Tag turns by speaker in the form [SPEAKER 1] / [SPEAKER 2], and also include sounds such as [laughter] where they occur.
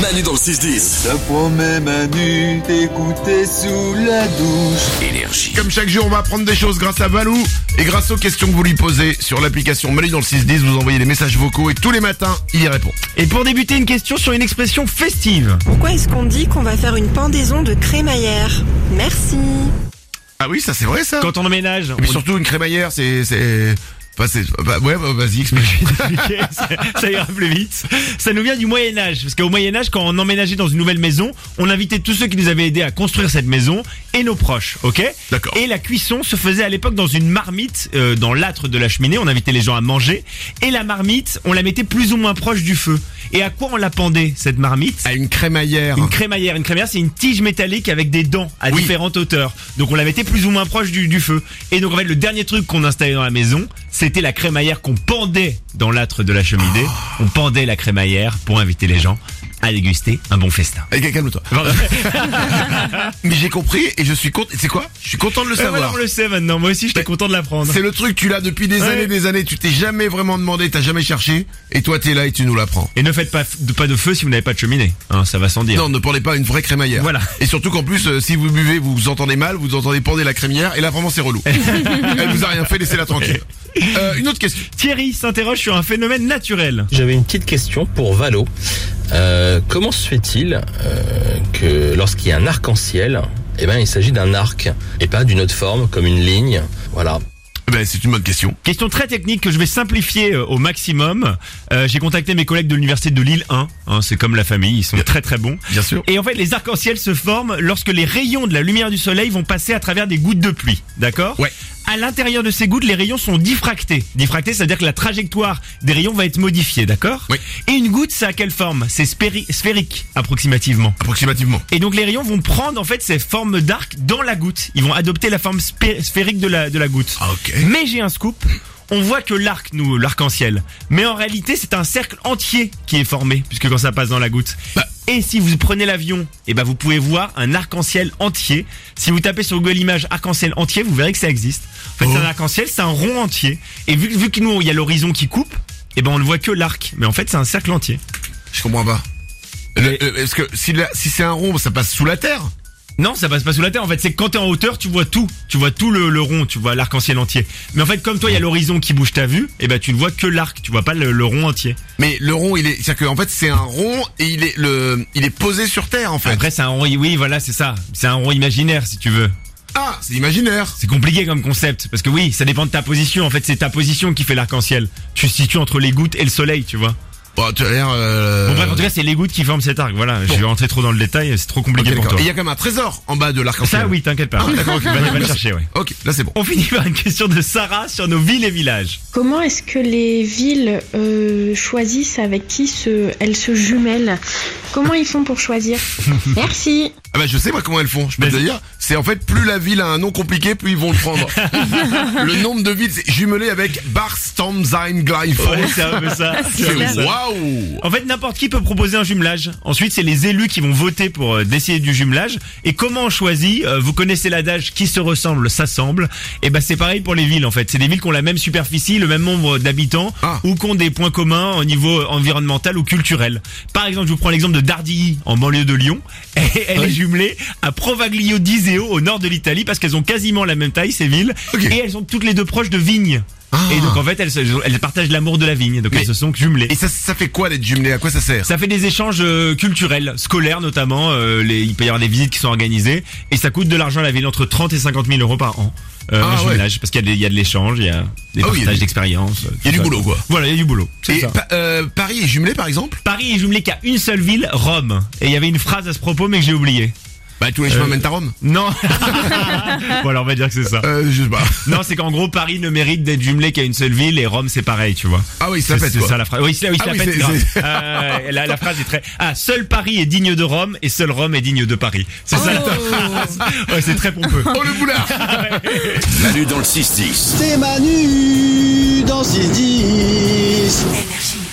[SPEAKER 1] Manu dans le 6-10.
[SPEAKER 2] Ça promet Manu d'écouter sous la douche.
[SPEAKER 1] Énergie.
[SPEAKER 3] Comme chaque jour, on va apprendre des choses grâce à Valou et grâce aux questions que vous lui posez sur l'application Manu dans le 6-10. Vous envoyez des messages vocaux et tous les matins, il y répond.
[SPEAKER 4] Et pour débuter, une question sur une expression festive.
[SPEAKER 5] Pourquoi est-ce qu'on dit qu'on va faire une pendaison de crémaillère Merci.
[SPEAKER 3] Ah oui, ça c'est vrai ça.
[SPEAKER 4] Quand on emménage,
[SPEAKER 3] Et puis
[SPEAKER 4] on- [laughs]
[SPEAKER 3] surtout, une crémaillère, c'est. c'est- Enfin, c'est. bah, ouais, bah, vas-y,
[SPEAKER 4] [laughs]
[SPEAKER 3] explique.
[SPEAKER 4] Ok, ça, ça ira plus vite. Ça nous vient du Moyen Âge, parce qu'au Moyen Âge, quand on emménageait dans une nouvelle maison, on invitait tous ceux qui nous avaient aidés à construire cette maison et nos proches, ok
[SPEAKER 3] D'accord.
[SPEAKER 4] Et la cuisson se faisait à l'époque dans une marmite, euh, dans l'âtre de la cheminée. On invitait les gens à manger et la marmite, on la mettait plus ou moins proche du feu. Et à quoi on la pendait cette marmite
[SPEAKER 3] à une crémaillère.
[SPEAKER 4] Ah, Une crémaillère. Une crémaillère, c'est une tige métallique avec des dents à
[SPEAKER 3] Ah. Oui.
[SPEAKER 4] différentes hauteurs. Donc on la mettait plus ou moins proche du, du feu. Et donc en fait, le dernier truc qu'on installait dans la maison, c'était la crémaillère qu'on pendait dans l'âtre de la cheminée.
[SPEAKER 3] Ah.
[SPEAKER 4] On pendait la crémaillère pour inviter les gens à déguster un bon festin.
[SPEAKER 3] Eh, Calme-toi.
[SPEAKER 4] [laughs]
[SPEAKER 3] Mais j'ai compris et je suis content. C'est quoi Je suis content de le
[SPEAKER 4] Eh,
[SPEAKER 3] savoir.
[SPEAKER 4] voilà, on le sait maintenant. Moi aussi, j'étais
[SPEAKER 3] Mais-
[SPEAKER 4] content de l'apprendre.
[SPEAKER 3] C'est le truc, tu l'as depuis des
[SPEAKER 4] Ouais.
[SPEAKER 3] années, des années. Tu t'es jamais vraiment demandé, t'as jamais cherché. Et toi, t'es là et tu nous l'apprends.
[SPEAKER 4] Et ne faites pas f- de, pas de feu si vous n'avez pas de cheminée. Hein, ça va sans dire.
[SPEAKER 3] Non, ne prenez pas une vraie crémaillère.
[SPEAKER 4] Voilà.
[SPEAKER 3] Et surtout qu'en plus, euh, si vous buvez, vous vous entendez mal, vous entendez pendre la crémière, et là vraiment c'est
[SPEAKER 4] [laughs]
[SPEAKER 3] relou. Elle vous a rien fait, laissez-la tranquille. Euh, une autre question.
[SPEAKER 4] Thierry s'interroge sur un phénomène naturel.
[SPEAKER 6] J'avais une petite question pour Valo. Euh, comment se fait-il euh, que lorsqu'il y a un arc-en-ciel, eh ben, il s'agit d'un arc et pas d'une autre forme comme une ligne Voilà.
[SPEAKER 3] Eh Ben, c'est une bonne question.
[SPEAKER 4] Question très technique que je vais simplifier euh, au maximum. Euh, J'ai contacté mes collègues de l'université de Lille 1. hein, c'est comme la famille, ils sont très très bons.
[SPEAKER 3] Bien sûr.
[SPEAKER 4] Et en fait, les arcs-en-ciel se forment lorsque les rayons de la lumière du soleil vont passer à travers des gouttes de pluie. D'accord
[SPEAKER 3] Ouais.
[SPEAKER 4] À l'intérieur de ces gouttes, les rayons sont diffractés. Diffractés, c'est-à-dire que la trajectoire des rayons va être modifiée, d'accord
[SPEAKER 3] Oui.
[SPEAKER 4] Et une goutte, c'est à quelle forme C'est spéri- sphérique, approximativement.
[SPEAKER 3] Approximativement.
[SPEAKER 4] Et donc les rayons vont prendre en fait ces formes d'arc dans la goutte. Ils vont adopter la forme spé- sphérique de la, de la goutte.
[SPEAKER 3] Ah, ok.
[SPEAKER 4] Mais j'ai un scoop. On voit que l'arc, nous, l'arc-en-ciel. Mais en réalité, c'est un cercle entier qui est formé, puisque quand ça passe dans la goutte.
[SPEAKER 3] Bah.
[SPEAKER 4] Et si vous prenez l'avion, eh ben vous pouvez voir un arc-en-ciel entier. Si vous tapez sur Google Images arc-en-ciel entier, vous verrez que ça existe. En fait,
[SPEAKER 3] Oh.
[SPEAKER 4] c'est un arc-en-ciel, c'est un rond entier. Et vu, vu que nous, il y a l'horizon qui coupe, eh ben on ne voit que l'arc. Mais en fait, c'est un cercle entier.
[SPEAKER 3] Je comprends pas. Le- le- Parce que si, la- si c'est un rond, ça passe sous la terre.
[SPEAKER 4] Non, ça passe pas sous la terre. En fait, c'est que quand t'es en hauteur, tu vois tout. Tu vois tout le, le rond, tu vois l'arc-en-ciel entier. Mais en fait, comme toi, il y a l'horizon qui bouge ta vue, et ben tu ne vois que l'arc, tu vois pas le, le rond entier.
[SPEAKER 3] Mais le rond, il est, c'est-à-dire qu'en fait c'est un rond et il est le, il est posé sur terre en fait.
[SPEAKER 4] Après, c'est un rond. Oui, voilà, c'est ça. C'est un rond imaginaire, si tu veux.
[SPEAKER 3] Ah, c'est imaginaire.
[SPEAKER 4] C'est compliqué comme concept, parce que oui, ça dépend de ta position. En fait, c'est ta position qui fait l'arc-en-ciel. Tu te situes entre les gouttes et le soleil, tu vois.
[SPEAKER 3] Bon, tu as l'air. euh,
[SPEAKER 4] Bon, bref, en tout cas, c'est les gouttes qui forment cet arc. Voilà, je vais rentrer trop dans le détail, c'est trop
[SPEAKER 3] ok,
[SPEAKER 4] compliqué pour
[SPEAKER 3] d'accord.
[SPEAKER 4] toi.
[SPEAKER 3] Et il y a quand même un trésor en bas de l'arc-en-ciel.
[SPEAKER 4] Ça, oui, t'inquiète pas.
[SPEAKER 3] Ah, d'accord, ok.
[SPEAKER 4] [laughs] Va- va le chercher, ouais.
[SPEAKER 3] Ok, là c'est bon.
[SPEAKER 4] On finit par une question de Sarah sur nos villes et villages.
[SPEAKER 7] Comment est-ce que les villes euh, choisissent avec qui se, elles se jumellent Comment ils font pour choisir Merci
[SPEAKER 3] Ah bah je sais moi comment elles font, je peux te
[SPEAKER 4] Vas-y.
[SPEAKER 3] le dire. C'est en fait plus la ville a un nom compliqué, plus ils vont le [laughs] prendre. le nombre de villes c'est jumelé avec Barstamsheim Gleifort.
[SPEAKER 4] Ouais, c'est un peu ça.
[SPEAKER 3] [laughs] C'est-
[SPEAKER 4] C'est un peu ça.
[SPEAKER 3] Waouh
[SPEAKER 4] En fait, n'importe qui peut proposer un jumelage. Ensuite, c'est les élus qui vont voter pour euh, décider du jumelage. Et comment on choisit Euh, Vous connaissez l'adage qui se ressemble s'assemble. Et ben c'est pareil pour les villes en fait. C'est des villes qui ont la même superficie, le même nombre d'habitants,
[SPEAKER 3] Ah.
[SPEAKER 4] ou qui ont des points communs au niveau environnemental ou culturel. Par exemple, je vous prends l'exemple de Dardilly en banlieue de Lyon. [laughs] Et elle est jumelée à Provaglio d'Iseo au nord de l'Italie parce qu'elles ont quasiment la même taille ces villes
[SPEAKER 3] Ok. Ah.
[SPEAKER 4] et elles sont toutes les deux proches de vignes. Et donc en fait, elles, se- elles partagent l'amour de la vigne. Donc
[SPEAKER 3] Mais-
[SPEAKER 4] elles se sont jumelées.
[SPEAKER 3] Et ça, ça fait quoi d'être jumelé À quoi ça sert
[SPEAKER 4] Ça fait des échanges euh, culturels, scolaires notamment. euh, les, il peut y avoir des visites qui sont organisées et ça coûte de l'argent à la ville entre 30 et 50 000 euros par an. Euh,
[SPEAKER 3] Ah
[SPEAKER 4] un
[SPEAKER 3] ouais.
[SPEAKER 4] jumelage, parce qu'il y a des- il y a de l'échange, il y a des
[SPEAKER 3] Ah oui, il y a
[SPEAKER 4] partages
[SPEAKER 3] du-
[SPEAKER 4] d'expériences. euh,
[SPEAKER 3] Il y a
[SPEAKER 4] tout
[SPEAKER 3] du
[SPEAKER 4] ça.
[SPEAKER 3] boulot quoi.
[SPEAKER 4] Voilà, il y a du boulot. c'est
[SPEAKER 3] Et
[SPEAKER 4] ça.
[SPEAKER 3] Pa- euh, Paris est jumelé par exemple
[SPEAKER 4] Paris est jumelé qu'à une seule ville, Rome. Et il y avait une phrase à ce propos mais que j'ai oubliée.
[SPEAKER 3] Bah tous les chemins mènent à Rome.
[SPEAKER 4] Non. [laughs] voilà, on va dire que c'est ça.
[SPEAKER 3] Euh, je sais pas.
[SPEAKER 4] Non, c'est qu'en gros Paris ne mérite d'être jumelé qu'à une seule ville et Rome c'est pareil, tu vois.
[SPEAKER 3] Ah oui, ça
[SPEAKER 4] C'est
[SPEAKER 3] pète
[SPEAKER 4] c'est
[SPEAKER 3] quoi.
[SPEAKER 4] ça la phrase. Oui, c'est- oui,
[SPEAKER 3] Ah
[SPEAKER 4] ça
[SPEAKER 3] oui,
[SPEAKER 4] pète
[SPEAKER 3] c'est-
[SPEAKER 4] grave.
[SPEAKER 3] c'est-
[SPEAKER 4] Euh, la, la phrase est très. Ah, seul Paris est digne de Rome et seul Rome est digne de Paris. C'est ça la phrase. Ouais, c'est très pompeux.
[SPEAKER 3] Oh le boulard
[SPEAKER 1] Manu dans le 6-10.
[SPEAKER 2] C'est Manu dans 6-10.